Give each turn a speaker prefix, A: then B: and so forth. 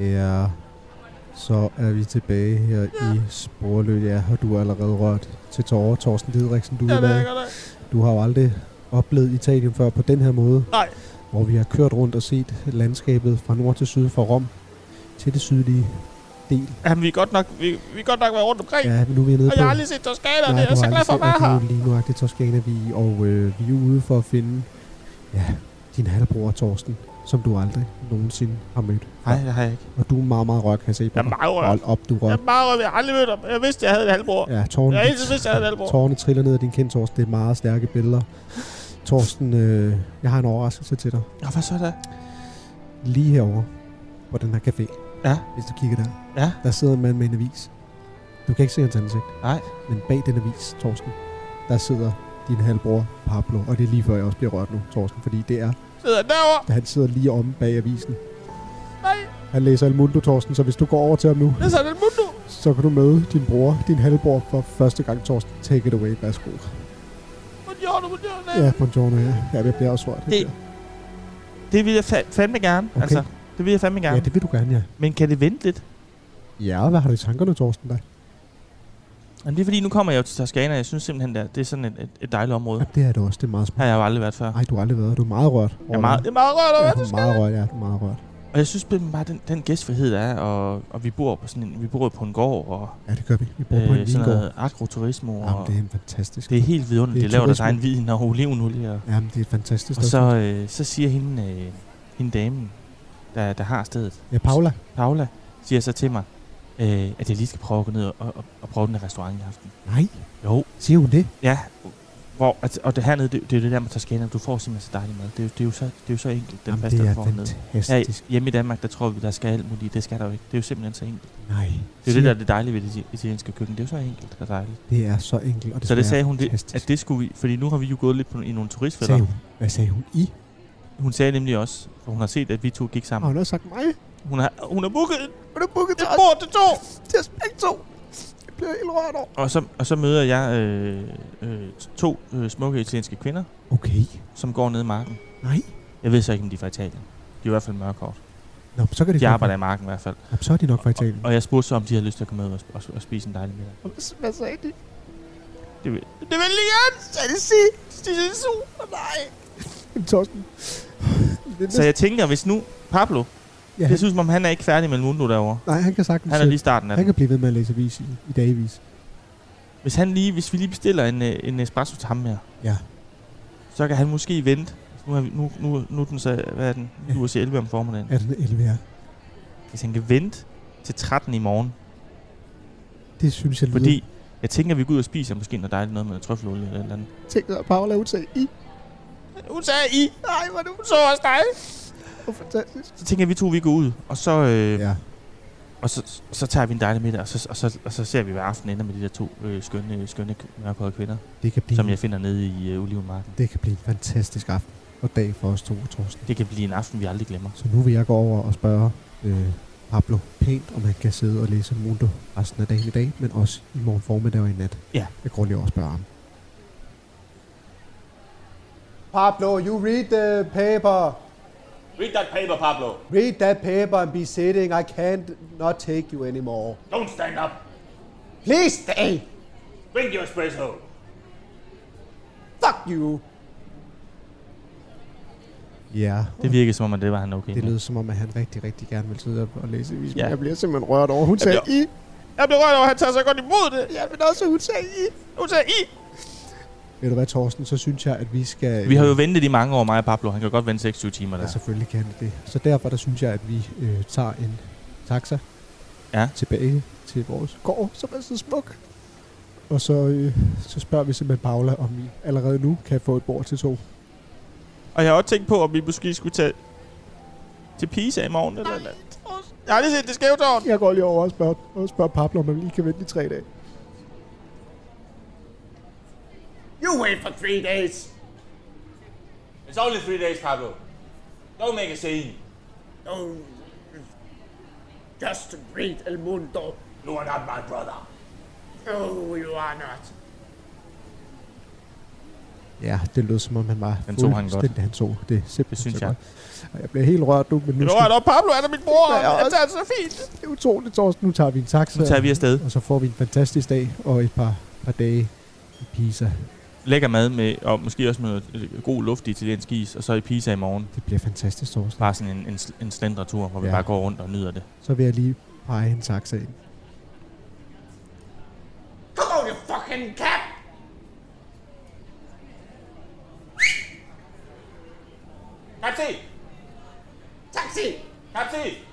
A: Ja, så er vi tilbage her i Sporløb. Ja, og du har allerede rørt til tårer, Thorsten Didriksen. Du,
B: Ja, det er
A: ja,
B: jeg godt nok.
A: du har jo aldrig oplevet Italien før på den her måde.
B: Nej.
A: Hvor vi har kørt rundt og set landskabet fra nord til syd, fra Rom til det sydlige del.
B: Jamen, vi er godt nok, vi, vi er godt nok været rundt omkring. Ja,
A: Ja, men nu er vi nede
B: og
A: på...
B: jeg har aldrig set Toskana, og
A: Nej,
B: det er
A: du
B: jeg så
A: har
B: glad
A: aldrig
B: for at
A: set,
B: være
A: at
B: her.
A: nu er Lige nu er det Toskana, vi, og øh, vi er ude for at finde ja, din halvbror Thorsten, som du aldrig nogensinde har mødt.
B: Nej, det har jeg ikke.
A: Og du er meget, meget rørt, kan jeg se på
B: Jeg er
A: dig.
B: meget rørt.
A: Hold op, du er
B: Jeg
A: rørt.
B: er meget rørt. Jeg har aldrig mødt ham. Jeg vidste, jeg havde en halvbror.
A: Ja, tårne,
B: Jeg har altid vidst, jeg havde en halvbror.
A: tårne triller ned af din kind, Thorsten. Det er meget stærke billeder. Thorsten, øh, jeg har en overraskelse til dig.
B: Nå, hvad så der?
A: Lige herover på den her café.
B: Ja.
A: Hvis du kigger der.
B: Ja.
A: Der sidder en mand med en avis. Du kan ikke se hans ansigt.
B: Nej.
A: Men bag den avis, Thorsten, der sidder din halvbror Pablo. Og det er lige før, jeg også bliver rørt nu, Thorsten. Fordi det er
B: Sidder han derovre?
A: Han sidder lige om bag avisen.
B: Nej,
A: Han læser Almundo, Torsten, så hvis du går over til ham nu,
B: det er sådan en mundo.
A: så kan du møde din bror, din halvbror, for første gang, Torsten. Take it away, værsgo.
B: Buongiorno, buongiorno.
A: Ja, buongiorno, ja. Ja, jeg bliver også rørt.
B: Det- Det vil jeg fa- fandme gerne.
A: Okay.
B: Okay. Altså, det vil jeg fandme gerne.
A: ja,
B: Ja, det...
A: det vil du gerne, ja.
B: Men kan det vente lidt?
A: Ja, og hvad har du i tankerne, Torsten, der?
B: Jamen, det er fordi, nu kommer jeg jo til Toskana, og jeg synes simpelthen, at det er sådan et, et, et dejligt område.
A: Ja, det er det også. Det er meget
B: Her
A: smukt.
B: har jeg jo aldrig været før.
A: Nej, du har aldrig været. Du er meget rørt.
B: Jeg er meget, jeg er meget rørt over
A: ja,
B: det.
A: du er meget rørt, ja. Du er meget rørt.
B: Og jeg synes simpelthen bare, den, den gæstfrihed der er, og, og vi bor på sådan en, vi bor på en gård, og
A: Ja, det gør vi. Vi bor på en
B: øh, sådan
A: vingård.
B: noget agroturisme, og
A: Jamen, det er en fantastisk.
B: det er helt vidunderligt.
A: det er
B: Det laver deres
A: turisme.
B: egen vin og olivenolie, og,
A: Jamen, det er et fantastisk
B: og
A: sted.
B: så, øh, så siger hende, øh, hende damen, der, der har stedet,
A: Ja, Paula.
B: Paula, siger så til mig, øh, at jeg lige skal prøve at gå ned og, og, og prøve den her restaurant i aften.
A: Nej,
B: Jo,
A: siger hun det?
B: ja. Hvor, at, og det hernede, det, det er jo det der med Toskana, du får simpelthen så dejlig mad. Det, er jo- det, er, jo så, det er jo så enkelt, den
A: Jamen,
B: pasta,
A: det
B: du
A: er
B: får hernede. Ja,
A: fantastisk.
B: hjemme i Danmark, der tror vi, der skal alt muligt. Det skal der jo ikke. Det er jo simpelthen så enkelt.
A: Nej.
B: Det er jo
A: siger-
B: det, der er det dejlige ved det iti- italienske køkken. Det er jo så enkelt og dejligt.
A: Det er så enkelt, og det
B: så det
A: smager
B: sagde hun, det,
A: fantastisk.
B: at det skulle vi... Fordi nu har vi jo gået lidt på, i nogle turistfælder.
A: Sagde hun. Hvad sagde hun? I?
B: Hun sagde nemlig også, for hun har set, at vi to gik
A: Har
B: sammen.
A: hun også sagt mig?
B: Hun har, hun har booket et
A: Er du booket til
B: et
A: os?
B: bord til to!
A: Til os begge to? Jeg bliver helt rørt over.
B: Og så, og så møder jeg øh, øh, to øh, smukke italienske kvinder,
A: Okay.
B: som går ned i marken.
A: Nej.
B: Jeg ved så ikke, om de er fra Italien. De er i hvert fald mørkhåret.
A: Nå, men så kan det
B: De
A: godt
B: arbejder i
A: være.
B: marken i hvert fald.
A: Nå, men så er de nok fra Italien.
B: Og jeg spurgte så, om de havde lyst til at komme med og, sp- og, og spise en dejlig middag.
C: Hvad sagde de?
B: Det vil, det vil lige gerne!
C: Sagde de sig? De sagde super, nej.
A: Jamen, Torsten. Det er
B: Så jeg tænker, hvis nu Pablo,
A: ja, han,
B: det synes som om han er ikke færdig med Mundo derovre.
A: nej, han kan sagtens...
B: Han er ligesom lige i starten af
A: han
B: den.
A: kan blive ved med at læse avis i, i dagvis.
B: Hvis, han lige, hvis vi lige bestiller en, øh, en espresso til ham her,
A: Ja.
B: så kan han måske vente. Altså, Nu er, vi, nu, nu, nu er den så, hvad er den?
A: Ja.
B: Ja. USA 11 om formiddagen. Ja.
A: Er den 11 her?
B: Hvis han kan vente til 13 i morgen.
A: Det synes jeg lyder...
B: Fordi jeg tænker, at vi går ud og spiser måske noget dejligt noget med noget trøffelolie eller et eller andet.
C: Tænkte jeg, Paula, hun sagde I.
B: Hun sagde I,
C: Nej, hvor er du
B: så også dig.
C: så fantastisk.
B: Så tænker jeg, at vi to vi går ud, og så, øh, ja.
A: Ja.
B: og så, så tager vi en dejlig middag, og så, og så, og så ser vi, hvad aftenen ender med de der to øh, skønne, skønne mørkhårede kvinder,
A: Det kan blive,
B: som jeg finder nede i øh, Olivenmarken.
A: det kan blive en fantastisk aften og dag for os to, Torsten.
B: Det kan blive en aften, vi aldrig glemmer.
A: Så nu vil jeg gå over og spørge øh, Pablo pænt, om han kan sidde og læse Mundo resten af dagen i dag, men også i morgen formiddag og i nat.
B: Ja.
A: Jeg går lige over og spørger ham.
D: Pablo, you read the paper.
E: Read that paper, Pablo.
D: Read that paper and be sitting. I can't not take you anymore.
E: Don't stand up.
D: Please stay.
E: Drink your espresso.
D: Fuck you.
A: Ja,
B: Det virkede som om, at det var han okay
A: Det
B: med.
A: lød som om, at han rigtig, rigtig gerne vil sidde op og læse avisen.
B: Ja.
A: Ja.
C: Jeg bliver simpelthen rørt over. Hun sagde I.
B: Jeg blev rørt over, at han tager så godt imod det.
C: Ja, men også hun sagde I.
B: Hun sagde I.
A: Ved du hvad, Thorsten, så synes jeg, at vi skal...
B: Vi har jo ventet i mange år, mig og Pablo. Han kan godt vente 26 timer der.
A: Ja,
B: Altså,
A: selvfølgelig kan det det. Så derfor, der synes jeg, at vi øh, tager en taxa
B: Ja.
A: tilbage til vores gård, som er så smuk.
C: smuk.
A: Og så, øh, så spørger vi simpelthen Paula, om vi allerede nu kan få et bord til to.
B: og jeg har også tænkt på, om vi måske skulle tage til Pisa i morgen eller eller andet. Jeg har lige set det skæve tårn.
A: Jeg går lige over og spørger, og spørger Pablo, om han lige kan vente i tre dage.
E: You wait for three days. It's only three days, Pablo. Don't make a scene.
C: Oh, just read El Mundo.
E: You are not my brother.
C: Oh, you are not.
A: Ja, det lød som om han var
B: Den tog han godt.
A: fuldstændig- Han tog det simpelthen
B: Det synes
A: så
B: jeg.
A: godt. Og jeg bliver helt rørt nu, men nu,
B: Nu
A: skal,
B: er der Pablo, han er min bror.
A: Ja,
B: Han
A: også.
B: tager det så fint.
A: det er utroligt, Torsten. Nu tager vi en taxa,
B: Nu tager vi afsted.
A: og så får vi en fantastisk dag og et par, par dage i Pisa.
B: Lækker mad med, og måske også med noget øh, god luft i italiensk is, og så i Pisa i morgen.
A: Det bliver fantastisk, Torsten.
B: Bare sådan en, en, sl- en slendretur, hvor vi
A: Ja.
B: bare går rundt og nyder det.
A: Så vil jeg lige pege en taxa ind.
E: Come on, you fucking cat! Taxi!
C: Taxi!
E: Taxi!